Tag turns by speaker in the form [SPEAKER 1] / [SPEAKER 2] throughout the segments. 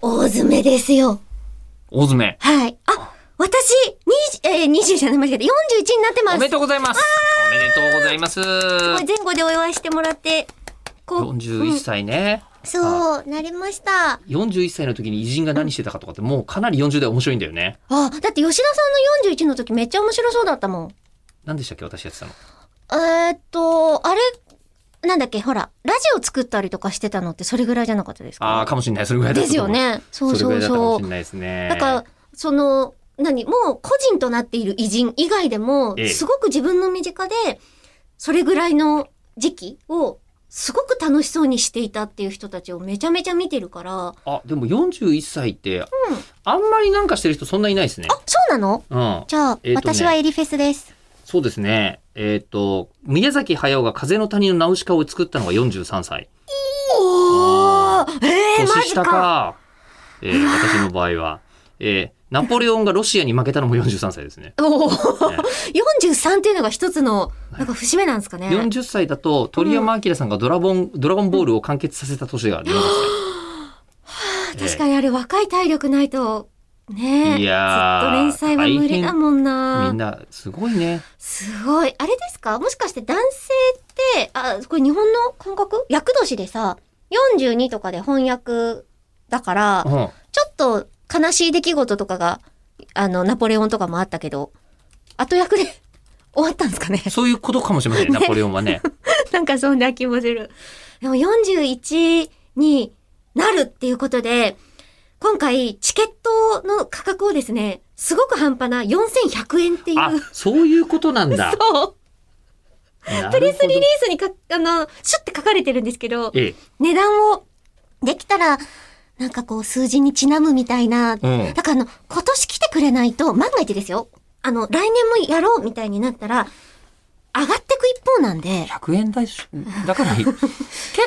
[SPEAKER 1] 大詰めですよ。
[SPEAKER 2] 大詰め。
[SPEAKER 1] はい。あ、私、20、えー、20じゃない、間違えた。41になってま
[SPEAKER 2] お
[SPEAKER 1] す。
[SPEAKER 2] めでとうございます。おめでとうございます。
[SPEAKER 1] これ前後でお祝いしてもらって、こう、
[SPEAKER 2] 41歳ね。
[SPEAKER 1] そう、なりました。
[SPEAKER 2] 41歳の時に偉人が何してたかとかってもうかなり40代面白いんだよね。
[SPEAKER 1] あ、だって吉田さんの41の時めっちゃ面白そうだったもん。
[SPEAKER 2] 何でしたっけ私やってたの。
[SPEAKER 1] えーっと、あれ、なんだっけ、ほら、ラジオ作ったりとかしてたのってそれぐらいじゃなかったです
[SPEAKER 2] ああ、
[SPEAKER 1] か
[SPEAKER 2] かもしれない。それぐらいだっ
[SPEAKER 1] で
[SPEAKER 2] た
[SPEAKER 1] す
[SPEAKER 2] と思
[SPEAKER 1] よ
[SPEAKER 2] う。
[SPEAKER 1] ね。そう
[SPEAKER 2] それぐ
[SPEAKER 1] そ
[SPEAKER 2] ら
[SPEAKER 1] う
[SPEAKER 2] いだった
[SPEAKER 1] そ
[SPEAKER 2] かもしれ
[SPEAKER 1] う。
[SPEAKER 2] ないですね。
[SPEAKER 1] だから、その、何、もう個人となっている偉人以外でも、
[SPEAKER 2] ええ
[SPEAKER 1] すごく自分の身近で、それぐらいの時期を、すごく楽しそうにしていたっていう人たちをめちゃめちゃ見てるから、あ、
[SPEAKER 2] あ、でも41歳って、あんまりなんかしてる人そんないないですね。
[SPEAKER 1] そうなの
[SPEAKER 2] うん。
[SPEAKER 1] じゃあ、
[SPEAKER 2] えーとね
[SPEAKER 1] 私はエリフェスです。
[SPEAKER 2] そうですね。えっ、と、宮崎駿が風の谷のナウシカを作ったのが43歳。
[SPEAKER 1] お
[SPEAKER 2] あ
[SPEAKER 1] ーえー、マ
[SPEAKER 2] 年
[SPEAKER 1] ジ
[SPEAKER 2] 下
[SPEAKER 1] か
[SPEAKER 2] か。えー私の場合は。えーナポレオンがロシアに負けたのも43歳ですね。
[SPEAKER 1] おお、43っていうのが一つの、なんか節目なんですかね。
[SPEAKER 2] 40歳だと鳥山明さんがドラゴン、ドラゴンボールを完結させた年があります
[SPEAKER 1] あ確かにあれ若い体力ないと、ねえ。
[SPEAKER 2] い
[SPEAKER 1] ずっ
[SPEAKER 2] やー
[SPEAKER 1] と連載は無理だもんな。
[SPEAKER 2] みんな、すごいね。
[SPEAKER 1] すごい。あれですかもしかして男性って、あ、これ日本の感覚役年でさ、42とかで翻訳だから
[SPEAKER 2] う、ん。
[SPEAKER 1] ちょっと悲しい出来事とかが、あの、ナポレオンとかもあったけど、後役で 終わったんですかね
[SPEAKER 2] そういうことかもしれません、ナポレオンはね。
[SPEAKER 1] なんかそんな気もする。でも41になるっていうことで、今回チケットの価格をですね、すごく半端な4100円ってい
[SPEAKER 2] あ
[SPEAKER 1] う、、
[SPEAKER 2] そういうことなんだ。
[SPEAKER 1] そうプ
[SPEAKER 2] プ
[SPEAKER 1] レスリリースにか、あの、シュって書かれてるんですけど、
[SPEAKER 2] ええ。
[SPEAKER 1] 値段を、できたら、なんかこう数字にちなむみたいな、
[SPEAKER 2] ん
[SPEAKER 1] だからあの、今年来てくれないと、万が一ですよ。あの、来年もやろうみたいになったら、上がってく一方なんで、
[SPEAKER 2] 100円台し、だか ら、結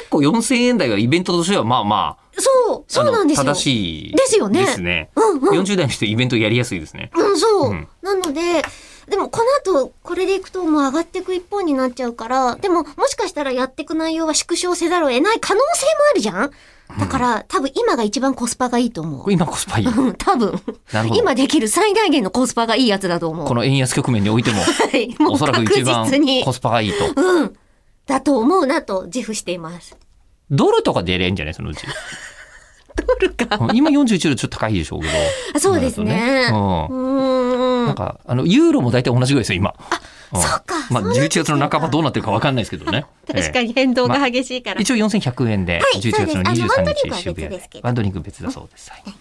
[SPEAKER 2] 構4000円台がイベントとしては、まあまあ、
[SPEAKER 1] そう、そうなんです
[SPEAKER 2] あ
[SPEAKER 1] よ。
[SPEAKER 2] の正しい。
[SPEAKER 1] ですよね
[SPEAKER 2] ですね。
[SPEAKER 1] うんうん。
[SPEAKER 2] 40代の人イベントやりやすいですね。
[SPEAKER 1] うん、そう。
[SPEAKER 2] うん
[SPEAKER 1] なので、でもこの後、これでいくともう上がっていく一方になっちゃうから、でももしかしたらやっていく内容は縮小せざるを得ない可能性もあるじゃんだから、多分今が一番コスパがいいと思
[SPEAKER 2] これ今コスパいい。
[SPEAKER 1] う。うん、 多分。
[SPEAKER 2] なるほど。
[SPEAKER 1] 今できる最大限のコスパがいいやつだと思う。
[SPEAKER 2] この円安局面においても、
[SPEAKER 1] はい。 も
[SPEAKER 2] お
[SPEAKER 1] う
[SPEAKER 2] そらく
[SPEAKER 1] 確
[SPEAKER 2] 一番
[SPEAKER 1] 実に
[SPEAKER 2] コ。スパがいいと。
[SPEAKER 1] うん。だと思うなと自負しています。
[SPEAKER 2] ドルとか出れんじゃないそのうち。
[SPEAKER 1] ドルか。
[SPEAKER 2] うん今41ドルちょっと高いでしょうけど。
[SPEAKER 1] あそうですね。
[SPEAKER 2] そ
[SPEAKER 1] う
[SPEAKER 2] うなるとねうん。
[SPEAKER 1] ー
[SPEAKER 2] なん
[SPEAKER 1] ん。
[SPEAKER 2] か、あの、ユーロも大体同じぐらいですよ、今。あ
[SPEAKER 1] そうか
[SPEAKER 2] ま
[SPEAKER 1] そう
[SPEAKER 2] あ、
[SPEAKER 1] なってき
[SPEAKER 2] 11
[SPEAKER 1] て
[SPEAKER 2] 月の半ばどうなってるかわかんないですけどね。
[SPEAKER 1] 確か
[SPEAKER 2] え
[SPEAKER 1] に変動が激しいか
[SPEAKER 2] え
[SPEAKER 1] ら。
[SPEAKER 2] 一応4100円で、
[SPEAKER 1] い
[SPEAKER 2] 11月
[SPEAKER 1] そ
[SPEAKER 2] の
[SPEAKER 1] うですあのワン
[SPEAKER 2] 23日
[SPEAKER 1] ドリンクは別
[SPEAKER 2] 渋谷
[SPEAKER 1] ですけど
[SPEAKER 2] ワンドリンク別だそうです。はい